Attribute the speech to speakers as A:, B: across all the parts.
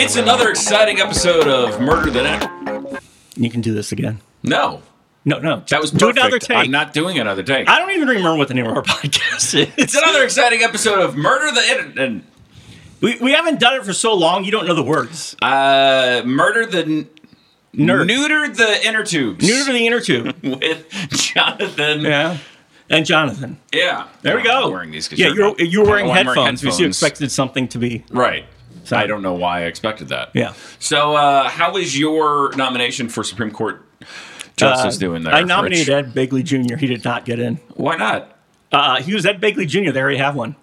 A: It's another exciting episode of Murder the Net.
B: You can do this again.
A: No,
B: No, no.
A: that was
B: do
A: perfect.
B: another take.
A: I'm not doing another take.
B: I don't even remember what the name of our podcast is.
A: It's another exciting episode of Murder the Internet. And,
B: we, we haven't done it for so long. You don't know the words.
A: uh, murder the n-
B: Nerd.
A: neuter the inner tubes
B: Neuter to the inner tube.
A: with Jonathan.
B: yeah. And Jonathan.
A: Yeah.
B: There we
A: No, I'm
B: go.
A: not wearing these 'cause
B: yeah, you're
A: not-
B: you're wearing
A: Oh, I'm
B: headphones, because you expected something to be.
A: Right.
B: So-
A: I don't know why I expected that.
B: Yeah.
A: So, uh, how was your nomination for Supreme Court justice
B: Uh,
A: doing there?
B: I nominated
A: Rich?
B: Ed Begley Jr. He did not get in.
A: Why not?
B: Uh, he was Ed Begley Jr. They already have one.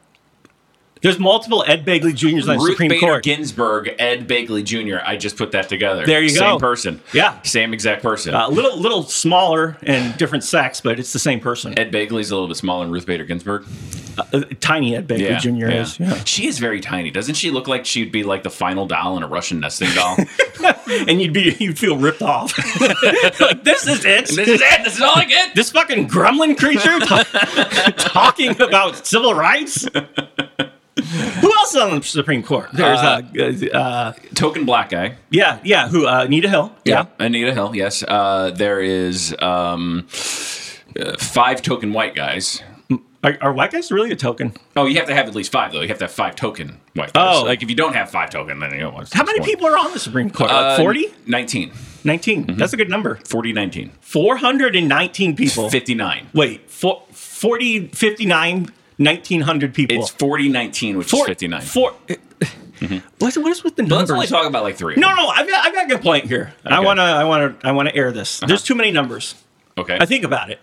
B: There's multiple Ed Begley Jr.'s on the
A: Ruth
B: Supreme
A: Bader
B: Court.
A: Ginsburg, Ed Begley Jr. I just put that together.
B: There you
A: Same
B: go.
A: Same person.
B: Yeah. Uh,
A: Same exact person.
B: A little little smaller and different sex, but it's the same person.
A: Ed Begley's a little bit smaller than Ruth Bader Ginsburg.
B: Uh, tiny Ed Begley Jr. is. Yeah.
A: She is very tiny. Doesn't she look like she'd be like the final doll in a Russian nesting doll?
B: and you'd be you'd feel ripped off. like this is it.
A: this is it. This is all I get.
B: This fucking gremlin creature ta- talking about civil rights. Who else is on the Supreme Court? There's uh, uh, uh,
A: Token black guy.
B: yeah, yeah. Who uh, Anita Hill?
A: Anita Hill. Yes. Uh, there is um, uh, five token white guys.
B: Are, are white guys really a token?
A: Oh, you have to have at least five though. You have to have five token white guys.
B: Oh.
A: like if you don't have five token, then you don't want.
B: How many people are on the Supreme Court?
A: Uh,
B: Like 40?
A: 19.
B: 19.
A: mm-hmm.
B: That's a good number.
A: 40, 19.
B: 419 people.
A: 59.
B: Wait, four, 40, 59, 1900 people.
A: It's 40, 19, which
B: Four-
A: is 59.
B: Four, what's, what is with the numbers?
A: Let's only talk about like three.
B: No, no, I've got, I've got a complaint here. I
A: Okay. Uh-huh.
B: wanna, I wanna, I wanna air this. There's too many numbers.
A: Okay.
B: I think about it.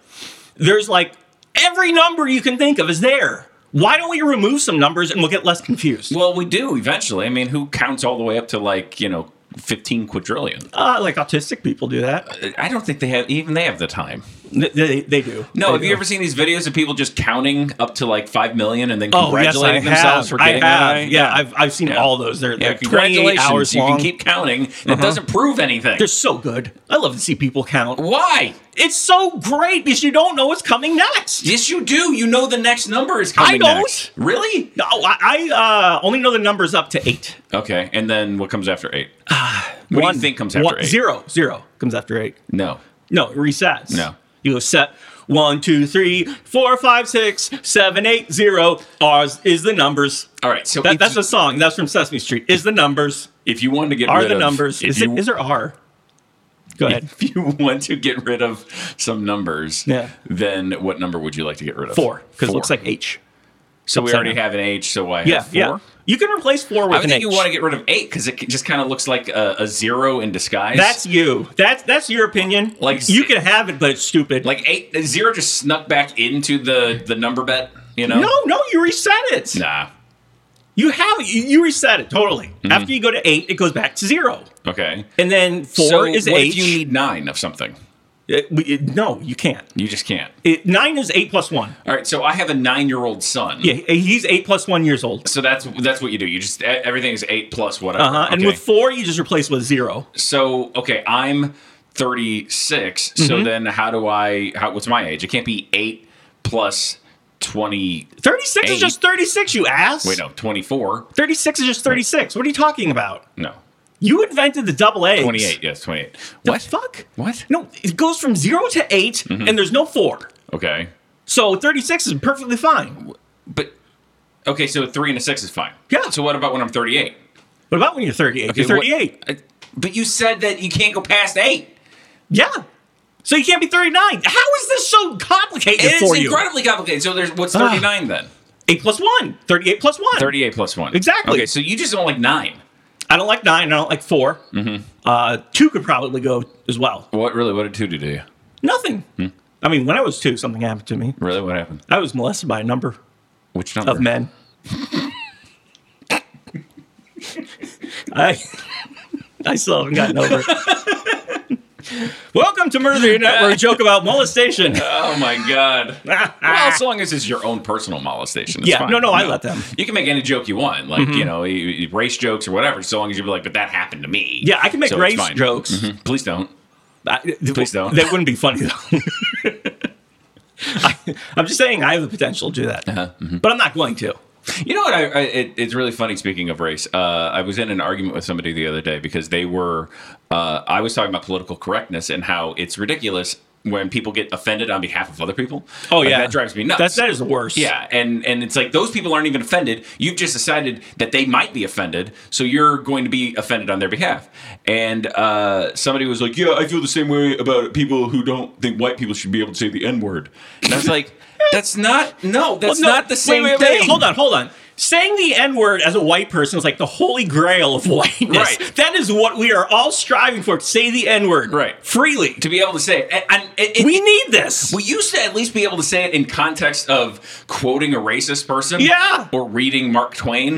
B: There's like every number you can think of is there. Why don't we remove some numbers and we'll get less confused?
A: Well, we do eventually. I mean, who counts all the way up to like, you know, 15 quadrillion?
B: Uh, like autistic people do that.
A: I don't think they have, even they have the time.
B: They, they, they do.
A: No,
B: They
A: have
B: do.
A: you ever seen these videos of people just counting up to like 5 million and then
B: Oh, yes, I
A: congratulating themselves
B: have.
A: for
B: I
A: getting
B: have.
A: it?
B: Yeah, I've, I've seen all those. They're,
A: Yeah,
B: they're 28
A: congratulations.
B: hours
A: you
B: long. Uh-huh.
A: can keep counting. That doesn't prove anything.
B: they're so good. I love to see people count.
A: Why?
B: It's so great because you don't know what's coming next.
A: Yes, you do. You know the next number is coming
B: don't.
A: next. Really?
B: No, I, I uh, only know the numbers up to eight.
A: Okay, and then what comes after 8? what do you think comes after
B: one-
A: 8?
B: Zero. Zero comes after eight.
A: No.
B: No, it resets.
A: No.
B: You go set one, two, three, four, five, six, seven, eight, zero. Ours is the numbers.
A: All right, so
B: That,
A: if,
B: that's a song. That's from Sesame Street. Is the numbers.
A: if you wanted to get
B: Are
A: rid
B: the
A: of
B: numbers.
A: if
B: Is,
A: you-
B: it, is there R? Go ahead.
A: if you want to get rid of some numbers,
B: Yeah.
A: then what number would you like to get rid of?
B: Four. Because it
A: Four.
B: looks like H.
A: so we
B: upside
A: already
B: down.
A: have an H. So why
B: Yeah,
A: have four?
B: yeah. You can replace four with
A: I would
B: an
A: think you
B: H.
A: want to get rid of eight because it just kind of looks like a, a zero in disguise.
B: That's you. That's that's your opinion.
A: Like-
B: you can have it, but it's stupid.
A: like eight zero just snuck back into the the number bet. You know?
B: no, no, you reset it.
A: Nah.
B: You have you, you reset it totally.
A: Mm-hmm.
B: After you go to eight, it goes back to zero,
A: Okay.
B: and then four
A: so
B: is
A: what
B: H.
A: if you need nine of something?
B: It- we- it- no, you can't.
A: You just can't.
B: It, nine is eight plus one.
A: All right. So I have a nine-year-old son.
B: Yeah, he- he's eight plus one years old.
A: So that's that's what you do. You just e- everything is eight plus whatever.
B: Uh-huh. And
A: Okay.
B: with four, you just replace with zero.
A: so okay i'm 36
B: Mm-hmm.
A: so then how do i how what's my age it can't be 8 plus 20
B: Thirty-six is
A: Eight.
B: just thirty-six. You ass.
A: wait no 24
B: Thirty-six is just thirty-six. What are you talking about?
A: no
B: You invented the double A.
A: 28 yes 28
B: The
A: what Mm-hmm.
B: fuck?
A: what
B: No, it goes from zero to 8 and there's no four.
A: okay
B: So 36 is perfectly fine.
A: but okay so 3 and a 6 is fine
B: Yeah.
A: so what about when i'm 38
B: What about when you're 38?
A: Okay,
B: you're
A: what-
B: 38.
A: I- but you said that you can't go past 8
B: Yeah. So you can't be 39. How is this so complicated
A: it's
B: for you? Ah.
A: incredibly complicated so there's what's 39 then
B: 8 plus 1, 38 plus 1.
A: 38 plus 1
B: Exactly.
A: okay so you just don't like 9
B: I don't like 9, I don't like 4.
A: Mm-hmm.
B: Uh, 2 could probably go as well.
A: what really what did 2 do to you
B: Nothing.
A: Hmm.
B: I mean, when I was 2, something happened to me.
A: really what happened
B: I was molested by a number
A: which number
B: of men. I I still haven't gotten over it. Welcome to Murder Net, where we joke about molestation.
A: Oh my god. well, as long as it's your own personal molestation. It's
B: Ah. Yeah,
A: fine.
B: no, no, I Mm-hmm. let them.
A: You can make any joke you want, like you know, you- you- race jokes or whatever. So long as you be like, but that happened to me.
B: Yeah, I can make
A: So it's
B: race
A: fine. Mm-hmm.
B: jokes.
A: Mhm. Please don't.
B: I-
A: Please don't.
B: That wouldn't be funny though. I, I'm just saying I have the potential to do that,
A: Uh-huh, mm-hmm.
B: but I'm not going to.
A: You know what? I, I it, it's really funny. Speaking of race, uh, I was in an argument with somebody the other day because they were. Uh, I was talking about political correctness and how it's ridiculous when people get offended on behalf of other people. Like, Oh, that drives me nuts.
B: Oh, That's that is the worst.
A: yeah, and and it's like those people aren't even offended. You've just decided that they might be offended, so you're going to be offended on their behalf. And uh, somebody was like, "Yeah, I feel the same way about people who don't think white people should be able to say the N word." And I was like, "That's not no, that's
B: No,
A: not the
B: wait,
A: same
B: wait, wait,
A: thing."
B: hold on, hold on. Saying the N word as a white person is like the holy grail of whiteness.
A: Right.
B: That is what we are all striving for. Say the N word
A: Right.
B: freely.
A: to be able to say it. And, and it, it-
B: We need this.
A: we used to at least be able to say it in context of quoting a racist person,
B: Yeah. Mm-hmm.
A: or reading Mark Twain.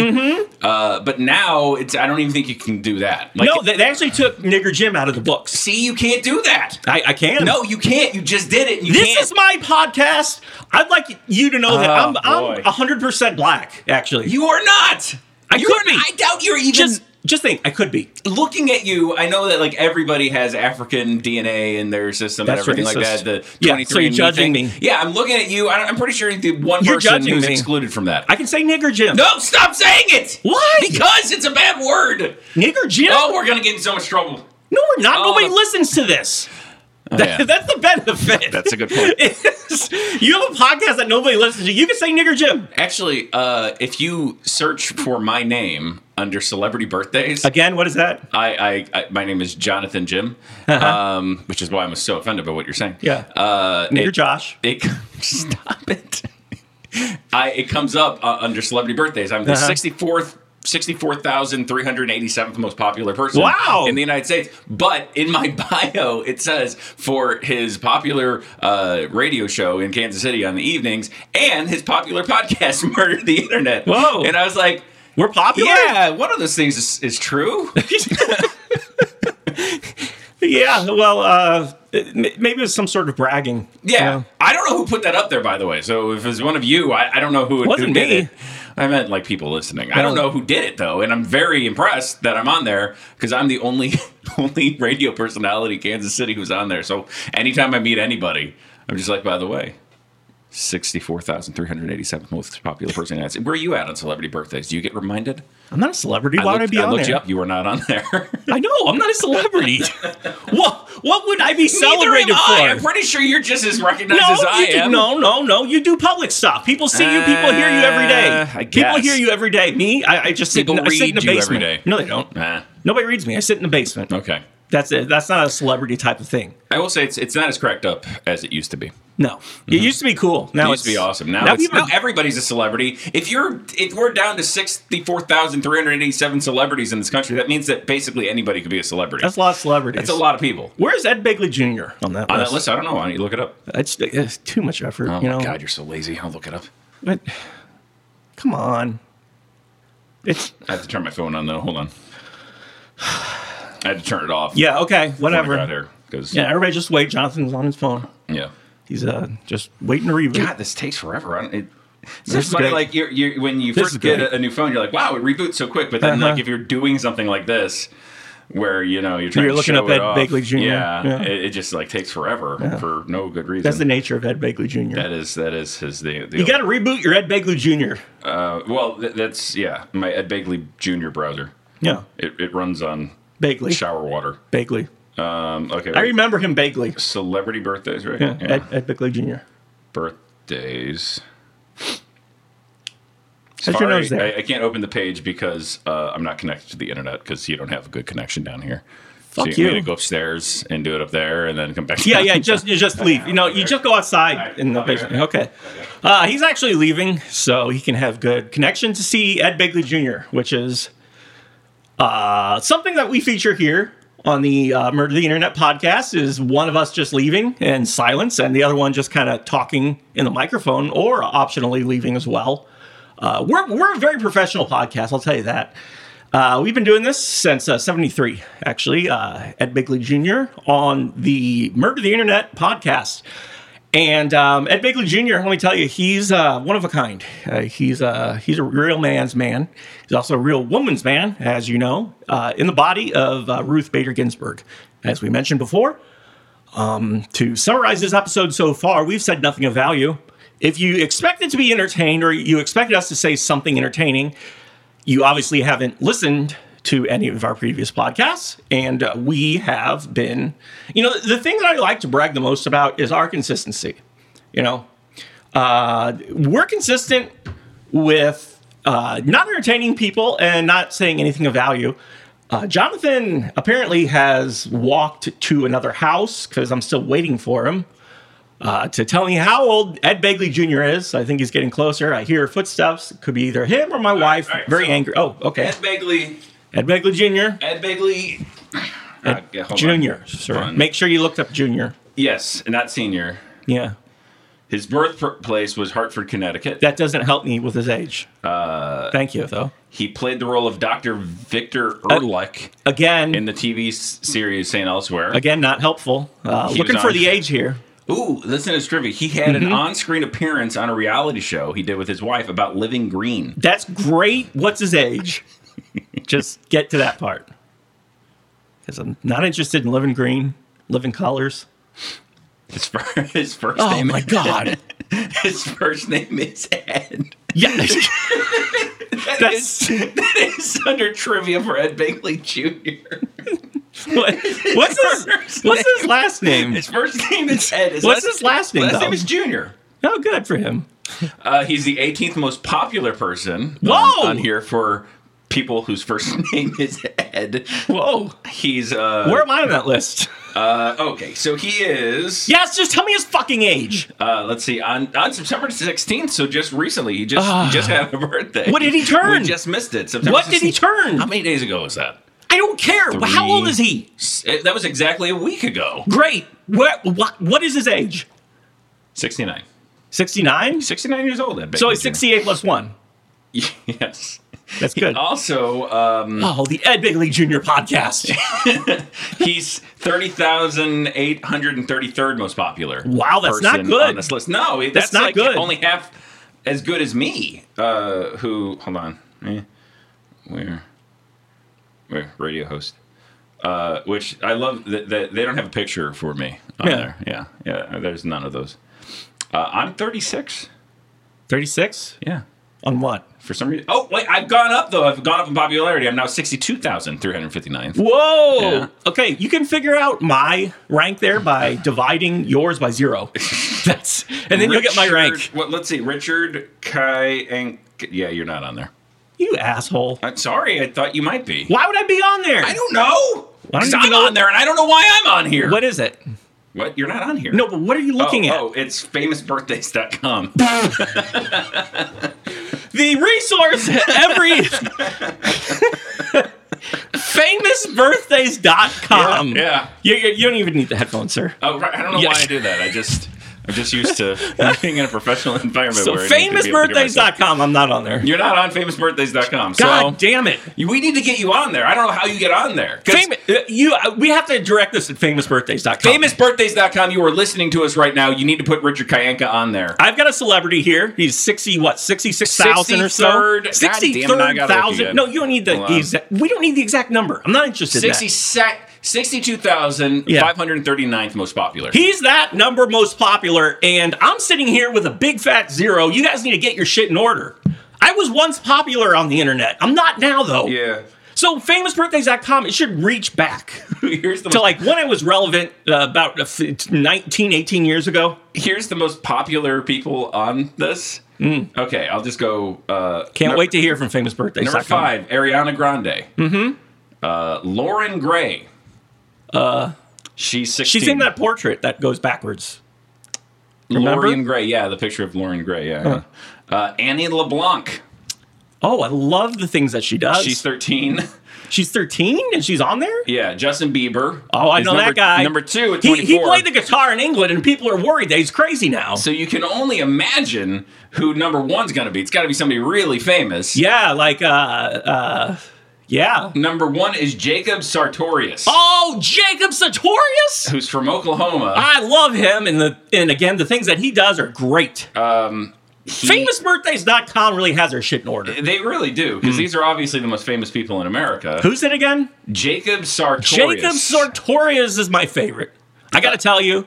A: Uh, but now it's I don't even think you can do that. Like,
B: no, they, they actually took Nigger Jim out of the books.
A: see, you can't do that.
B: I, I can.
A: No, you can't. You just did it. And you
B: This
A: can't.
B: is my podcast. I'd like you to know that
A: Oh,
B: I'm, I'm
A: boy.
B: 100% black, actually.
A: you are not. I you
B: could
A: are,
B: be.
A: I doubt you're even
B: just just think, I could be.
A: looking at you. I know that like everybody has African DNA in their system
B: That's
A: and everything
B: racist.
A: like that. The
B: Yeah,
A: 23
B: so you're judging me.
A: Yeah, I'm looking at you. I don't, I'm pretty sure you're the one
B: You're
A: person
B: judging
A: who's
B: me.
A: excluded from that.
B: I can say Nigger Jim.
A: No, stop saying it.
B: Why?
A: Because it's a bad word.
B: Nigger Jim?
A: Oh, we're gonna get in so much trouble.
B: No, we're not.
A: Oh,
B: Nobody
A: the-
B: listens to this. That-
A: yeah.
B: That's the benefit.
A: That's a good point.
B: Is you have a podcast that nobody listens to. You can say Nigger Jim.
A: Actually, uh, if you search for my name under celebrity birthdays,
B: Again, what is that?
A: I, I, I my name is Jonathan Jim, um, which is why I'm so offended by what you're saying.
B: Uh-huh. Yeah.
A: uh,
B: Nigger
A: it-
B: Josh.
A: It, stop it. I it comes up uh, under celebrity birthdays. I'm the
B: Uh-huh.
A: 64th. 64,387th most popular person
B: Wow.
A: in the United States. But in my bio, it says for his popular uh, radio show in Kansas City on the evenings and his popular podcast, Murder the Internet.
B: Whoa.
A: And I was like,
B: We're popular.
A: yeah, one of those things is, is true.
B: Yeah, Well, uh, m- maybe it's some sort of bragging.
A: Yeah.
B: You know?
A: I don't know who put that up there, by the way. So if it was one of you, I, I don't know who, who
B: Wasn't
A: did
B: me.
A: it. I meant like people listening. I don't know who did it though, and I'm very impressed that I'm on there because I'm the only only radio personality in Kansas City who's on there. So anytime I meet anybody, I'm just like, by the way, sixty-four thousand three hundred eighty-seventh most popular person. in the United States. Where are you at on celebrity birthdays? Do you get reminded?
B: I'm not a celebrity. Why would I
A: looked,
B: be on
A: looked
B: there?
A: you up. You were not on there.
B: I know. I'm not a celebrity. what? What would I be celebrated
A: Neither am I. I'm
B: for?
A: pretty sure you're just as recognized
B: No,
A: as I
B: you do-
A: am.
B: no, no, no. You do public stuff. People see you. People hear you every day.
A: Uh, I
B: People
A: guess.
B: hear you every day. Me, I, I just sit,
A: People
B: in, I sit in the
A: read you every
B: basement.
A: day.
B: No, they don't.
A: Ah,
B: Nobody reads me. I sit in the basement.
A: okay.
B: That's it. That's not a celebrity type of thing.
A: I will say it's it's not as cracked up as it used to be.
B: No, it used to be cool.
A: Mm-hmm. It
B: Now
A: used to be
B: it's-
A: awesome. Now, it's,
B: people-
A: now everybody's a celebrity. If you're if we're down to sixty four thousand three hundred eighty seven celebrities in this country, that means that basically anybody could be a celebrity.
B: that's a lot of celebrities.
A: That's a lot of people
B: Where's Ed Begley Jr. on that
A: on
B: list?
A: that list. I don't know. Why don't you look it up?
B: That's, that's too much effort.
A: Oh
B: you
A: my
B: know.
A: God, you're so lazy. I'll look it up.
B: But come on, it's
A: I have to turn my phone on though. Hold on. I had to turn it off.
B: yeah. Okay,
A: When I got
B: whatever.
A: here because
B: Yeah, everybody just wait. Jonathan's on his phone.
A: yeah.
B: He's uh just waiting to reboot.
A: God, this takes forever. I don't, it, it's
B: This
A: just
B: is
A: funny,
B: great.
A: like you're, you're, when you
B: This is
A: first get
B: great.
A: a, a new phone, you're like, "Wow, it reboots so quick." But then,
B: Uh-huh.
A: like, if you're doing something like this, where you know you're trying
B: You're
A: to
B: looking
A: show
B: up
A: it
B: Ed
A: off,
B: Begley Jr..
A: yeah,
B: Yeah.
A: It, it just like takes forever for no good reason.
B: That's the nature of Ed Begley Jr.
A: that is that is his the, the
B: you got to reboot your Ed Begley Jr.
A: uh, well th- that's yeah my Ed Begley Jr. browser
B: Yeah,
A: it, it runs on
B: Begley.
A: shower water.
B: Begley.
A: Um, okay,
B: I
A: wait.
B: remember him Begley.
A: celebrity birthdays right?
B: Yeah,
A: Yeah.
B: Ed, Ed Begley Jr.
A: birthdays.
B: How's your nose there?
A: I, I can't open the page because uh, I'm not connected to the internet because you don't have a good connection down here. so
B: Fuck
A: you.
B: you.
A: Need to go upstairs and do it up there, and then come back.
B: Yeah, yeah. Just you just leave. You know, you just go outside
A: Alright,
B: in the
A: I'll be
B: basement. Okay. Uh, he's actually leaving, so he can have good connection to see Ed Begley Jr., which is uh, something that we feature here on the uh, Murder the Internet podcast. Is one of us just leaving in silence, and the other one just kind of talking in the microphone, or optionally leaving as well. Uh, we're we're a very professional podcast. I'll tell you that. Uh, we've been doing this since uh, 73, actually, uh, Ed Bigley Jr. on the Murder the Internet podcast. And um, Ed Bigley Jr., let me tell you, he's uh, one of a kind. Uh, he's, uh, he's a real man's man. He's also a real woman's man, as you know, uh, in the body of uh, Ruth Bader Ginsburg. As we mentioned before, Um, to summarize this episode so far, we've said nothing of value. If you expect it to be entertained or you expected us to say something entertaining, you obviously haven't listened to any of our previous podcasts. And uh, we have been, you know, the thing that I like to brag the most about is our consistency. You know, uh, we're consistent with uh, not entertaining people and not saying anything of value. Uh, Jonathan apparently has walked to another house because I'm still waiting for him uh, to tell me how old Ed Begley Jr. is. I think he's getting closer. I hear footsteps. Could be either him or my wife.
A: all right,
B: Very
A: so-
B: angry. Oh, okay.
A: Ed Begley.
B: Ed Begley Jr.
A: Ed Begley. Uh, yeah, hold on.
B: Jr. Sir.
A: on.
B: Make sure you looked up Jr.
A: Yes, not senior.
B: Yeah.
A: His birthplace was Hartford, Connecticut.
B: That doesn't help me with his age. Uh, Thank you, though.
A: He played the role of Dr. Victor Ehrlich
B: Again,
A: in the TV s- series St. Elsewhere.
B: again, not helpful. Uh,
A: He
B: looking
A: was
B: for
A: on-
B: the age here.
A: Ooh, listen to this trivia. He had an
B: Mm-hmm.
A: on screen appearance on a reality show he did with his wife about living green.
B: That's great. What's his age? Just get to that part. Because I'm not interested in living green, living colors.
A: His, fir- his first
B: Oh
A: name
B: my God.
A: His first name is Ed.
B: Yes. That's,
A: That is under trivia for Ed Bingley Jr.
B: what, what's, his, what's his last name?
A: His first name is Ed. His
B: What's his last name,
A: Last
B: though?
A: name is Junior.
B: Oh, good for him.
A: Uh, he's the 18th most popular person on-
B: Whoa!
A: on here for people whose first name is Ed.
B: Whoa.
A: He's uh,
B: Where am I on that list?
A: uh okay, so he is
B: Yes, just tell me his fucking age.
A: Uh, let's see. On on September 16th, so just recently, he just
B: Ah.
A: he just had a birthday.
B: What did he turn?
A: We just missed it. September
B: What did he
A: 16th.
B: turn?
A: How many days ago was that?
B: I don't care. How old is he?
A: S- eh, That was exactly a week ago.
B: Great. What what, what is his age?
A: 69.
B: 69?
A: 69 years old. That
B: So he's 68 plus 1.
A: Yes.
B: That's good.
A: Also, um,
B: Oh, the Ed Bigley Jr. podcast.
A: he's 30,833rd most popular.
B: Wow, that's not
A: person
B: good.
A: On this list. No, that's,
B: not
A: like
B: good.
A: Only half as good as me. Uh, who? Hold on. Eh, where? Where? Radio host. Uh, which I love that that they don't have a picture for me on
B: Yeah.
A: there. Yeah, yeah. There's none of those. Uh, I'm 36.
B: 36?
A: Yeah.
B: On what?
A: For some reason. Oh wait, I've gone up though. I've gone up in popularity. I'm now 62,359.
B: Whoa.
A: Yeah.
B: Okay, you can figure out my rank there by dividing yours by zero. That's and then you'll get my rank.
A: What? Let's see. Richard Kai and yeah, you're not on there.
B: You asshole.
A: I'm sorry. I thought you might be.
B: Why would I be on there?
A: I don't know.
B: Why don't
A: 'Cause
B: you
A: I'm
B: know-
A: on there, and I don't know why I'm on here.
B: What is it?
A: What? You're not on here.
B: No, but what are you
A: Oh,
B: looking at?
A: oh, it's famousbirthdays.com.
B: the resource that every famousbirthdays.com.
A: yeah.
B: You, you, you don't even need the headphones, sir.
A: Oh, right. I don't know
B: Yeah.
A: why I do that. I just, I'm just used to being in a professional environment.
B: So
A: where I need to be able to do myself.
B: famousbirthdays.com, I'm not on there.
A: You're not on famousbirthdays.com. So
B: God damn it.
A: we need to get you on there. I don't know how you get on there. 'Cause
B: Famous, you, uh, we have to direct this at famousbirthdays.com.
A: famousbirthdays.com. You are listening to us right now. You need to put Richard Kayanka on there.
B: I've got a celebrity here. He's 60, what, 66,000 or so?
A: 63rd. God damn it, I gotta look again.
B: 63,000. No, you don't need the,
A: Hold
B: the
A: on.
B: exact, we don't need the exact number. I'm not interested in that.
A: 60 sec- 62,539th most popular.
B: He's that number most popular, and I'm sitting here with a big fat zero. You guys need to get your shit in order. I was once popular on the internet. I'm not now, though.
A: yeah.
B: So, famousbirthdays.com, it should reach back
A: Here's the
B: to like when it was relevant uh, about uh, f- 19, 18 years ago.
A: here's the most popular people on this.
B: Mm.
A: Okay, I'll just go. Uh,
B: Can't
A: num-
B: wait to hear from famousbirthdays.com.
A: Number five, Ariana Grande. Mm-hmm. Uh, Lauren Gray. Uh, she's sixteen.
B: Uh, She's in that portrait that goes backwards.
A: Lauren
B: remember?
A: Gray. Yeah, the picture of Lauren Gray. Yeah. yeah. Uh, Annie LeBlanc.
B: Oh, I love the things that she does.
A: She's thirteen.
B: she's 13 and she's on there?
A: yeah, Justin Bieber.
B: Oh, I
A: is
B: know
A: number,
B: that guy.
A: Number two at
B: He,
A: twenty-four.
B: he played the guitar in England, and people are worried that he's crazy now.
A: so you can only imagine who number one's going to be. It's got to be somebody really famous.
B: Yeah, like uh uh yeah.
A: Number one is Jacob Sartorius,
B: Oh, Jacob Sartorius?
A: who's from Oklahoma.
B: I love him and the and again the things that he does are great.
A: Um, He-
B: Famousbirthdays.com really has their shit in order.
A: They really do,
B: Hmm.
A: because these are obviously the most famous people in America.
B: Who's it again?
A: Jacob Sartorius.
B: Jacob Sartorius is my favorite. I got to tell you,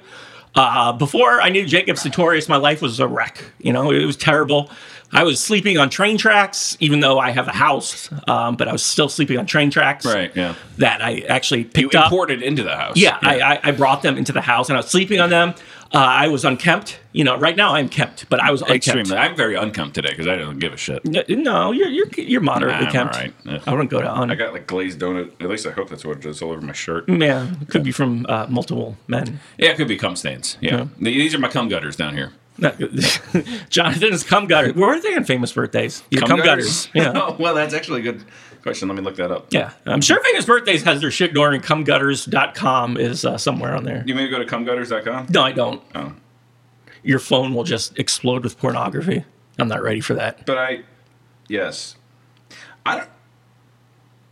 B: uh, before I knew Jacob Sartorius, my life was a wreck. You know, it was terrible. I was sleeping on train tracks, even though I have a house, um, but I was still sleeping on train tracks.
A: Right, yeah.
B: That I actually
A: You
B: picked up.
A: imported into the house.
B: Yeah, I, I, I brought them into the house and I was sleeping on them. Uh, I was unkempt. You know, right now I'm kept, Mm. but I was unkempt.
A: Extremely. I'm very uncom today because I don't give a shit.
B: N- No, you're you're you're moderately
A: Nah, I'm
B: kept.
A: all right. Yeah.
B: I wouldn't go to un.
A: I got like glazed donut. At least I hope that's what it is all over my shirt.
B: yeah, it could be from uh, multiple men.
A: Yeah, it could be cum stains. Yeah. These are my cum gutters down here.
B: Jonathan's cum gutter. Were they on famous birthdays? Yeah, cum, gutters. Yeah.
A: well, that's actually a good question. Let me look that up.
B: Yeah, I'm sure Famous Birthdays has their shit going, and cumgutters.com is uh, somewhere on there.
A: You maybe go to cumgutters.com?
B: No, I don't.
A: Oh.
B: Your phone will just explode with pornography. I'm not ready for that.
A: But I, yes. I don't.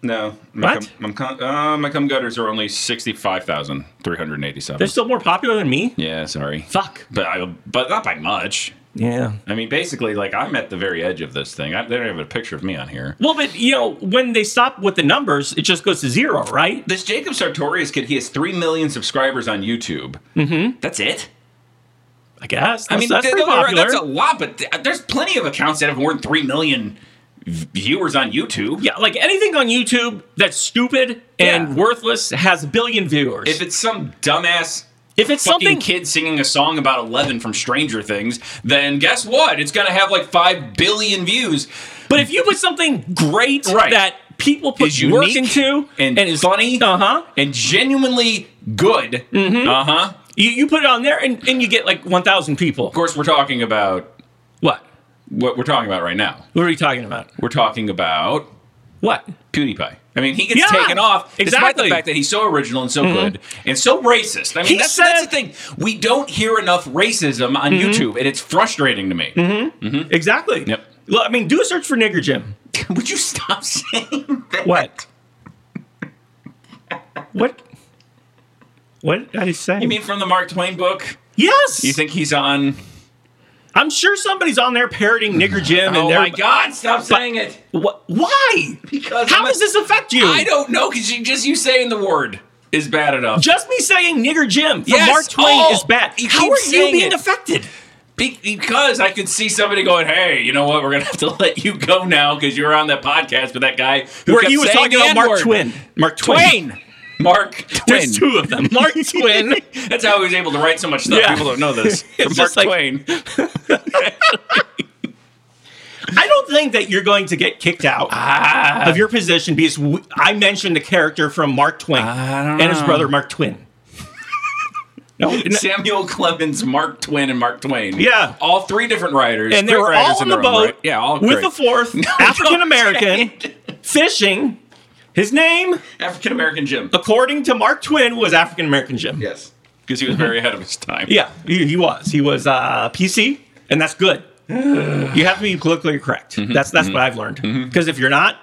A: No. My
B: What?
A: Cum, my, cum, uh, my cum gutters are only 65,387.
B: They're still more popular than me.
A: yeah, sorry.
B: Fuck.
A: But I, but not by much.
B: Yeah.
A: I mean, basically, like I'm at the very edge of this thing. I, they don't have a picture of me on here.
B: Well, but you know, when they stop with the numbers, it just goes to zero, right?
A: This Jacob Sartorius kid, he has three million subscribers on YouTube. Mm-hmm. That's it.
B: I guess.
A: I mean,
B: that's,
A: th-
B: pretty
A: th-
B: popular.
A: that's a lot, but th- there's plenty of accounts that have more than three million v- viewers on YouTube.
B: yeah, like anything on YouTube that's stupid and
A: Yeah.
B: worthless has a billion viewers.
A: If it's some dumbass
B: If it's
A: fucking
B: something,
A: kid singing a song about Eleven from Stranger Things, then guess what? It's gonna have like five billion views.
B: but if you put something great
A: Right.
B: that people put
A: Is
B: work
A: unique
B: into
A: and
B: is
A: funny.
B: uh huh,
A: And genuinely good.
B: Mm-hmm.
A: Uh huh. Of
B: you, you put it on there and, and you get like one thousand people.
A: course, we're talking about
B: What?
A: what we're talking about right now.
B: What are you talking about?
A: We're talking about
B: What?
A: PewDiePie. I mean, he gets
B: Yeah,
A: taken off despite the
B: exactly. Mm-hmm.
A: fact that he's so original and so good and so racist. I mean,
B: He
A: that's,
B: said- Mm-hmm.
A: that's the thing. We don't hear enough racism on YouTube, and it's frustrating to me.
B: Exactly.
A: Yep.
B: Well, I mean, do a search for nigger Jim.
A: Would you stop saying that?
B: What? what? What did I say?
A: You mean from the Mark Twain book?
B: yes.
A: You think he's on?
B: I'm sure somebody's on there parroting nigger Jim. and
A: Oh
B: they're,
A: my God! Stop saying it.
B: What? Why?
A: Because
B: How
A: I'm a-
B: does this affect you?
A: I don't know because you just you saying the word is bad enough.
B: Just me saying nigger Jim from
A: Yes.
B: Mark Twain
A: Oh,
B: is bad.
A: you
B: How
A: keep
B: are you
A: saying
B: being
A: it.
B: affected?
A: Be- because I could see somebody going, "Hey, you know what? We're gonna have to let you go now because you were on that podcast with that guy who
B: Where
A: kept
B: he was
A: saying
B: talking
A: the
B: about Mark
A: N-word."
B: Twain. Mark
A: Twain. Mark Twain.
B: There's two of them. Mark Twain.
A: That's how he was able to write so much stuff.
B: Yeah.
A: People don't know this. From Mark
B: just like-
A: Twain.
B: I don't think that you're going to get kicked out
A: Ah.
B: of your position because w- I mentioned the character from Mark Twain
A: don't
B: and his
A: know.
B: brother Mark Twain. no, n-
A: Samuel Clemens, Mark Twain, and Mark Twain.
B: Yeah.
A: All three different writers.
B: and they
A: great
B: were
A: writers
B: all on
A: in
B: the
A: their own
B: boat
A: right. Yeah, all
B: with
A: great.
B: the fourth African American fishing. His name,
A: African American Jim.
B: according to Mark Twain, was African American Jim.
A: Yes. Because he was very ahead of his time.
B: Yeah, he, he was. He was uh, PC, and that's good. you have to be politically correct.
A: Mm-hmm,
B: that's that's what I've learned. Because if you're not,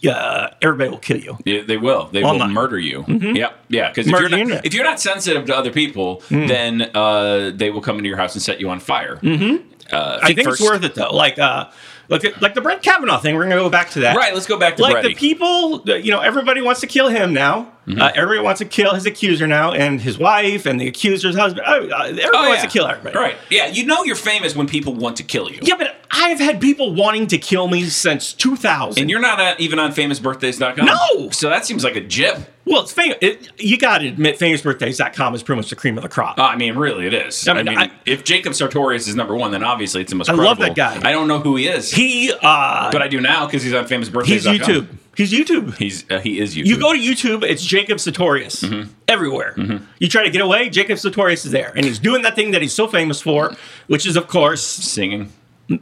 B: yeah, everybody will kill you.
A: Yeah, they will. They
B: Online. Mm-hmm.
A: will murder you. Yep. Yeah. Because if,
B: Murder
A: you're
B: the
A: not-
B: internet. Hmm.
A: if you're not sensitive to other people, then uh, they will come into your house and set you on fire.
B: Mm-hmm.
A: Uh,
B: I think it's
A: first.
B: worth it though. Like uh, like like the Brett Kavanaugh thing. We're gonna go back to that.
A: Right. Let's go back to
B: like
A: Brady.
B: the people, the- you know, everybody wants to kill him now.
A: Mm-hmm.
B: Uh, everybody wants to kill his accuser now, and his wife, and the accuser's husband. Oh, uh, everybody wants to kill everybody.
A: Right. Yeah. You know you're famous when people want to kill you.
B: Yeah, but I've had people wanting to kill me since 2000.
A: And you're not uh even on famousbirthdays.com.
B: No!
A: So that seems like a jip.
B: well, it's fam- it, you got to admit, famousbirthdays.com is pretty much the cream of the crop.
A: Uh, I mean, really, it is. I
B: mean,
A: mean,
B: I-
A: if Jacob Sartorius is number one, then obviously it's the most.
B: I love
A: credible.
B: that guy.
A: I don't know who he is,
B: he, uh,
A: but I do now because he's on famousbirthdays.com.
B: he's YouTube. He's YouTube.
A: He's uh, he is YouTube.
B: You go to YouTube, it's Jacob Sartorius
A: Mm-hmm.
B: everywhere. You try to get away, Jacob Sartorius is there. And he's doing that thing that he's so famous for, which is, of course,
A: singing.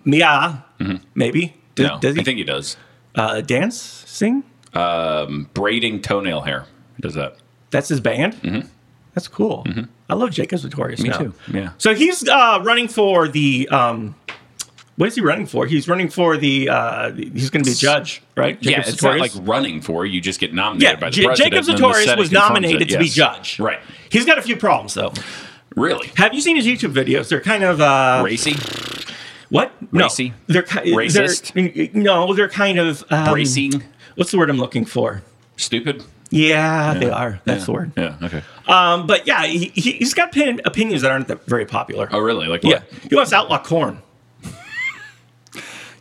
B: Mia, maybe. Does,
A: Mm-hmm. No,
B: does he
A: I think he does.
B: uh, dance, sing?
A: Braiding toenail hair. He does that?
B: That's his band? That's cool. I love Jacob Sartorius. Me
A: Mm-hmm. too, yeah.
B: So he's uh, running for the. Um, what is he running for? He's running for the. Uh, the- he's going to be a judge, right?
A: yeah,
B: Jacob
A: it's
B: Sartorius?
A: not like running for. You just get
B: yeah,
A: nominated by the
B: J-
A: president.
B: Jacob
A: and then the
B: Sartorius
A: Senate
B: was
A: confirms
B: nominated
A: it.
B: to be
A: Yes.
B: judge.
A: Right.
B: He's got a few problems though.
A: Really.
B: Have you seen his YouTube videos? They're kind of uh,
A: Racy,
B: what? No,
A: Racy?
B: they're ki-
A: Racist?
B: They're, no, they're kind of um,
A: bracing,
B: What's the word I'm looking for?
A: stupid.
B: Yeah, they are. That's the word.
A: Yeah. Okay.
B: Um, but yeah, he, he- he's got opin- opinions that aren't that very popular.
A: Oh, really? Like,
B: Yeah,
A: what?
B: he wants to outlaw corn.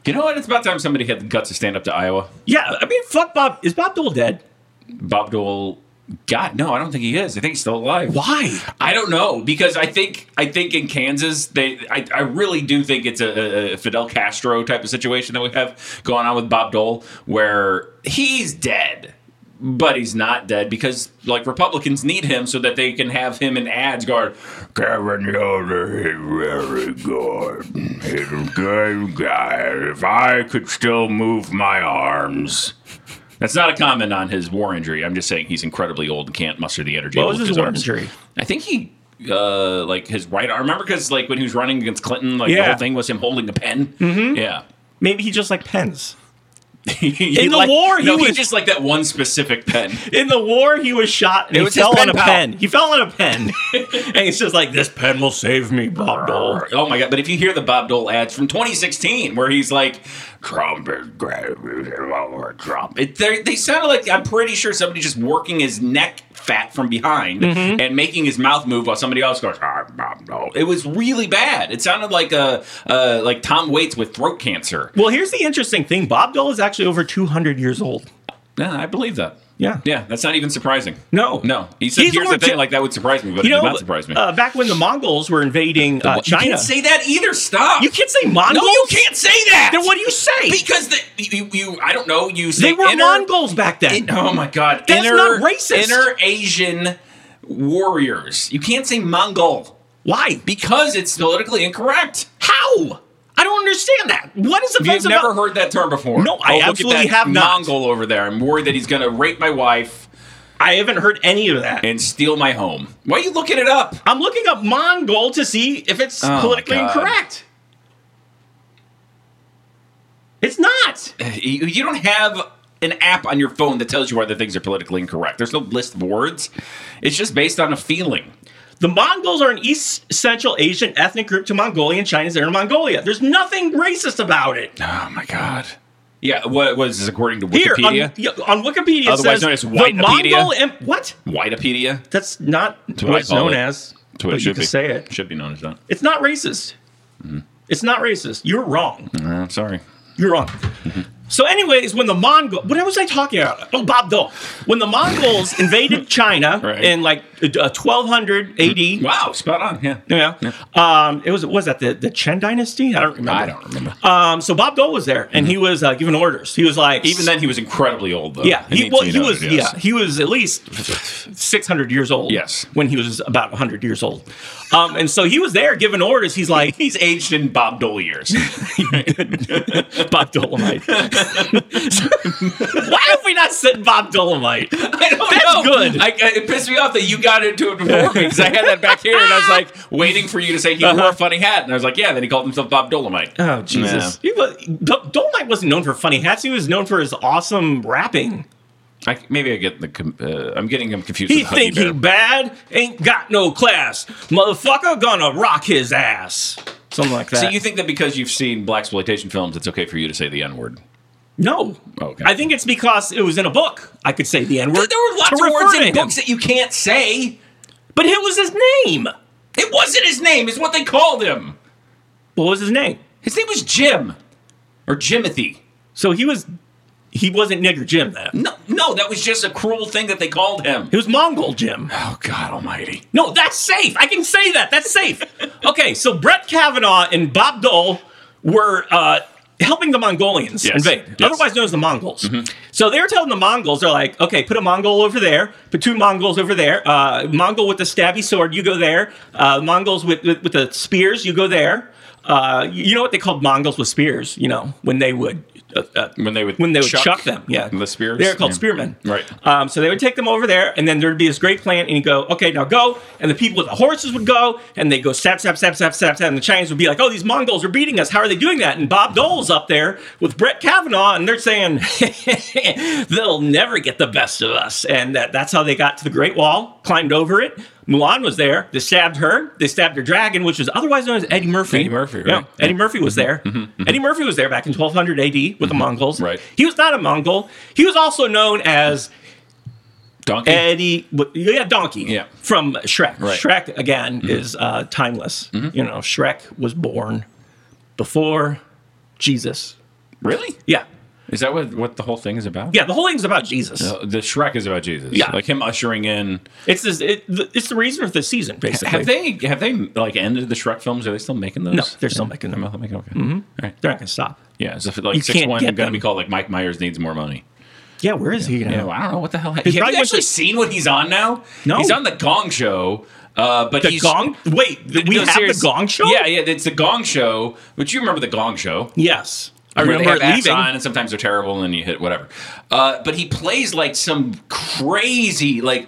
A: You know what? It's about time somebody had the guts to stand up to Iowa.
B: Yeah, I mean, fuck Bob. Is Bob Dole dead?
A: Bob Dole. God, no, I don't think he is. I think he's still alive.
B: Why?
A: I don't know because I think I think in Kansas they I, I really do think it's a, a Fidel Castro type of situation that we have going on with Bob Dole where he's dead but he's not dead because like Republicans need him so that they can have him in ads guard Kevin Yoder is very good he's a good guy if I could still move my arms that's not a comment on his war injury I'm just saying he's incredibly old and can't muster the energy
B: What
A: to
B: was
A: lift
B: his war
A: arms.
B: injury?
A: I think he uh like his right arm. Remember because like when he was running against Clinton, like the
B: Yeah.
A: whole thing was him holding a pen. Mm-hmm. Yeah.
B: Maybe he just like pens.
A: He
B: In the
A: like-
B: war, he
A: no,
B: was-
A: just like that one specific pen.
B: In the war, he was shot and
A: It
B: he
A: was his
B: fell
A: pen
B: on a
A: pal.
B: pen. He fell on a pen, and he's just like, "This pen will save me, Bob Dole."
A: Oh my god! But if you hear the Bob Dole ads from 2016, where he's like, "Trump is great, over Trump," it, they they sounded like I'm pretty sure somebody just working his neck fat from behind
B: Mm-hmm.
A: and making his mouth move while somebody else goes, "I'm Bob Dole." It was really bad. It sounded like a uh, like Tom Waits with throat cancer.
B: Well, here's the interesting thing: Bob Dole is actually over 200 years old.
A: Yeah, I believe that.
B: Yeah,
A: Yeah, that's not even surprising.
B: No.
A: no. He said,
B: He's
A: "Here's the
B: more
A: thing."
B: gen-
A: like that would surprise me, but
B: You
A: it
B: know,
A: did not surprise me.
B: Uh, back when the Mongols were invading uh,
A: you
B: China,
A: can't say that either. Stop.
B: You can't say Mongols.
A: No, you can't say that.
B: Then what do you say?
A: Because the, you, you, I don't know. You say
B: they were
A: inner-
B: Mongols back then.
A: in- oh my God.
B: That's
A: inner,
B: not racist.
A: Inner Asian warriors. You can't say Mongol
B: Why?
A: because it's politically incorrect.
B: How? I don't understand that. What is
A: You've
B: offensive
A: never
B: about-
A: heard that term before. Oh,
B: No, I
A: look at
B: absolutely
A: that
B: have not.
A: Mongol over there. I'm worried that he's going to rape my wife
B: I haven't heard any of that.
A: and steal my home. Why are you looking it up?
B: I'm looking up Mongol to see if it's
A: Oh,
B: politically
A: God.
B: incorrect. It's not.
A: you, you don't have an app on your phone that tells you whether things are politically incorrect. There's no list of words. It's just based on a feeling.
B: The Mongols are an East Central Asian ethnic group to Mongolia and China's Inner Mongolia. There's nothing racist about it.
A: Oh my god. Yeah, what was this according to
B: Here on,
A: Wikipedia?
B: yeah, on Wikipedia, it
A: Otherwise
B: says
A: known as
B: the
A: Whitepedia.
B: Mongol Em- what?
A: Wikipedia.
B: That's not
A: what
B: what
A: I
B: it's
A: call
B: known
A: it.
B: as.
A: That's what
B: but
A: it
B: Oh, you
A: should
B: can
A: be.
B: say it.
A: Should be known as that.
B: It's not racist. It's not racist. You're wrong.
A: Uh, I'm sorry.
B: You're wrong. So, anyways, when the Mongol, what was I talking about? Oh, Bob Dole. When the Mongols invaded China
A: Right. Mm-hmm.
B: in like uh, 1200 AD,
A: Wow, spot on. Yeah.
B: yeah, um, it was was that the the Chen Dynasty? I don't remember.
A: I don't remember.
B: Um, so Bob Dole was there, and he was uh, giving orders. He was like,
A: Even then, he was incredibly old, though.
B: yeah,
A: In
B: he, well, he
A: 1800s,
B: was,
A: yes.
B: yeah, he was at least 600 years old.
A: Yes.
B: when he was about 100 years old, um, and so he was there giving orders. He's like,
A: He's aged in Bob Dole years.
B: Bob Dolomite. Why have we not said Bob Dolomite?
A: I don't
B: That's
A: know.
B: good.
A: I, I- it pissed me off that you got into it before me because I had that back here and I was like waiting for you to say he wore a funny hat and I was like, yeah. Then he called himself Bob Dolomite.
B: Uh-huh. Oh Jesus! He was, Do- Dolomite wasn't known for funny hats. He was known for his awesome rapping.
A: I, maybe I get the. com- Uh, I'm getting him confused.
B: He
A: with
B: think
A: Huggy
B: he
A: Bear.
B: bad, ain't got no class. Motherfucker gonna rock his ass. Something like that.
A: So you think that because you've seen black exploitation films, it's okay for you to say the N word?
B: no.
A: Okay.
B: I think it's because it was in a book. I could say the N word.
A: that you can't say.
B: but it was his name.
A: It wasn't his name. It's what they called him.
B: What was his name?
A: His name was Jim, or Jimothy.
B: So he was, he wasn't Nigger Jim then.
A: No, no, that was just a cruel thing that they called him.
B: He was Mongol Jim.
A: Oh God Almighty!
B: No, that's safe. I can say that. That's safe. Okay, so Brett Kavanaugh and Bob Dole were uh, helping the Mongolians
A: Yes.
B: invade,
A: Yes. Mm-hmm.
B: otherwise known as the Mongols. So they were telling the Mongols, they're like, okay, put a Mongol over there, put two Mongols over there. Uh, Mongol with the stabby sword, you go there. Uh, Mongols with, with, with the spears, you go there. Uh, you you know what they called Mongols with spears, you know, when they would uh, uh,
A: When they would
B: when they would
A: chuck
B: chuck, them. Yeah,
A: the spears?
B: They're called
A: Yeah.
B: spearmen.
A: Right.
B: Um, so they would take them over there, and then there'd be this great plan, and you go, okay, now go, and the people with the horses would go, and they go sap, sap, sap, sap, sap, sap, and the Chinese would be like, oh, these Mongols are beating us. How are they doing that? And Bob Dole's up there with Brett Kavanaugh, and they're saying they'll never get the best of us, and that, that's how they got to the Great Wall, climbed over it. Mulan was there. They stabbed her. They stabbed her dragon, which was otherwise known as Eddie Murphy.
A: Eddie Murphy, right.
B: Yeah. Eddie Murphy was
A: Mm-hmm.
B: there. Eddie Murphy was there back in 1200 AD with the Mongols.
A: Right.
B: He was not a Mongol. He was also known as
A: Donkey.
B: Eddie, what- yeah, Donkey
A: Yeah.
B: from Shrek.
A: Right. Mm-hmm.
B: Shrek again is uh, timeless. You know, Shrek was born before Jesus.
A: really?
B: Yeah,
A: Is that what what the whole thing is about?
B: yeah. The whole thing's about Jesus.
A: The, the Shrek is about Jesus.
B: Yeah.
A: Like him ushering in.
B: It's this, it, th- it's the reason for the season basically.
A: Have they have they like ended the Shrek films? Are they still making those?
B: No, they're still making them.
A: They're still making okay. Mm-hmm. All right.
B: They're not gonna stop.
A: Yeah. Is it like
B: You
A: six
B: can't
A: one
B: get
A: going to
B: them.
A: be called like Mike Myers needs more money?
B: Yeah, where is he? now?
A: Yeah, well, I don't know what the hell. Have
B: probably
A: you
B: went
A: actually
B: to-
A: seen what he's on now?
B: No.
A: he's on the Gong Show. Uh, but
B: The
A: he's,
B: Gong. Wait, th- we
A: No,
B: have
A: serious-
B: the Gong Show.
A: Yeah, yeah, it's the Gong Show. But you remember the Gong Show?
B: Yes, I
A: Where
B: remember
A: they have
B: leaving.
A: Acts on, and sometimes they're terrible, and you hit whatever. Uh, but he plays like some crazy, like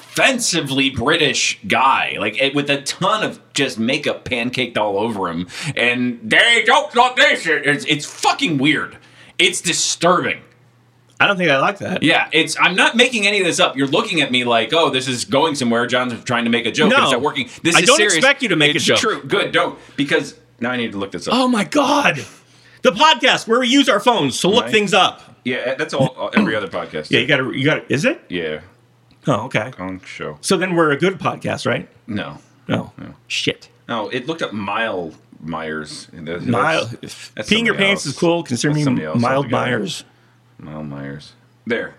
A: offensively British guy, like eh, with a ton of just makeup pancaked all over him, and they don't not this. It's, it's fucking weird. It's disturbing.
B: I don't think I like that.
A: Yeah, it's. I'm not making any of this up. You're looking at me like, oh, this is going somewhere. John's trying to make a joke. but
B: No.
A: it's not working. This
B: I
A: is
B: don't
A: serious.
B: expect you to make a
A: it's
B: joke.
A: True. Good. Don't because now I need to look this up.
B: Oh my god, the podcast where we use our phones to look
A: Right.
B: things up.
A: Yeah, that's all. all- Every other podcast.
B: Yeah, you gotta. You gotta. Is it?
A: Yeah.
B: Oh, okay.
A: Gong show.
B: So then we're a good podcast, right?
A: No.
B: No. Shit.
A: No, it looked up Mile Myers. and that-
B: Mile.
A: that's- that's
B: Peeing your
A: somebody
B: pants
A: else.
B: is cool. Consider
A: That's
B: me
A: somebody else
B: mild
A: altogether.
B: Myers. Hmm.
A: Mile Myers. There.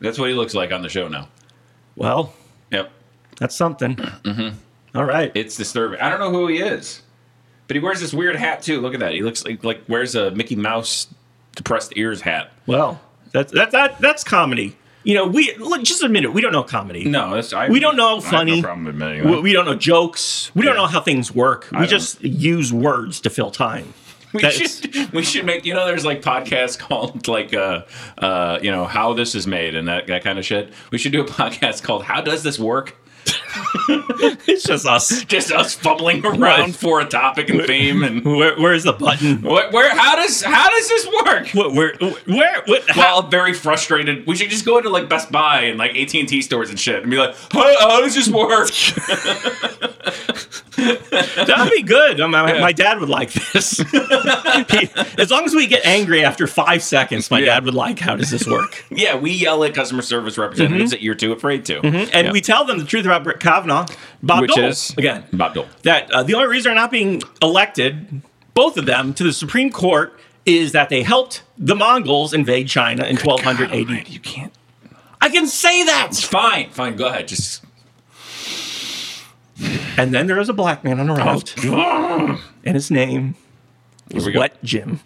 A: That's what he looks like on the show now.
B: Well,
A: Yep.
B: that's something. Mm-hmm. All right.
A: It's disturbing. I don't know who he is, but he wears this weird hat too. Look at that. He looks like like wears a Mickey Mouse depressed ears hat.
B: well, that's that, that that's comedy. You know, we look. Just admit it. We don't know comedy.
A: No, that's I,
B: We don't know
A: I have
B: funny.
A: No problem admitting
B: We,
A: that.
B: we don't know jokes. We don't know how things work. we
A: don't-
B: just use words to fill time.
A: We
B: That's-
A: should we should make you know there's like podcasts called like uh uh you know how this is made and that that kind of shit. We should do a podcast called How Does This Work?
B: it's just us.
A: Just us fumbling around
B: Right.
A: for a topic and theme and
B: Where, where's the button?
A: where, where how does how does this work?
B: Where? Where? where what, how-
A: Well, very frustrated. We should just go into like Best Buy and like AT and T stores and shit, and be like, "How, how does this work?"
B: that'd be good. Um, My, my dad would like this. He- as long as we get angry after five seconds, my
A: Yeah.
B: dad would like. How does this work?
A: yeah, we yell at customer service representatives that you're too afraid to,
B: Mm-hmm. And we tell them the truth about Brett Kavanaugh, Bob
A: which
B: Dole,
A: is
B: again
A: Bob Dole.
B: that uh, the only reason they're not being elected, both of them, to the Supreme Court is that they helped the Mongols invade China in 1280.
A: God, you can't.
B: I can say that.
A: Fine, fine. Go ahead. Just Oh.
B: And then there is a black man on the route, and his name
A: Here
B: is
A: we go.
B: Wet Jim.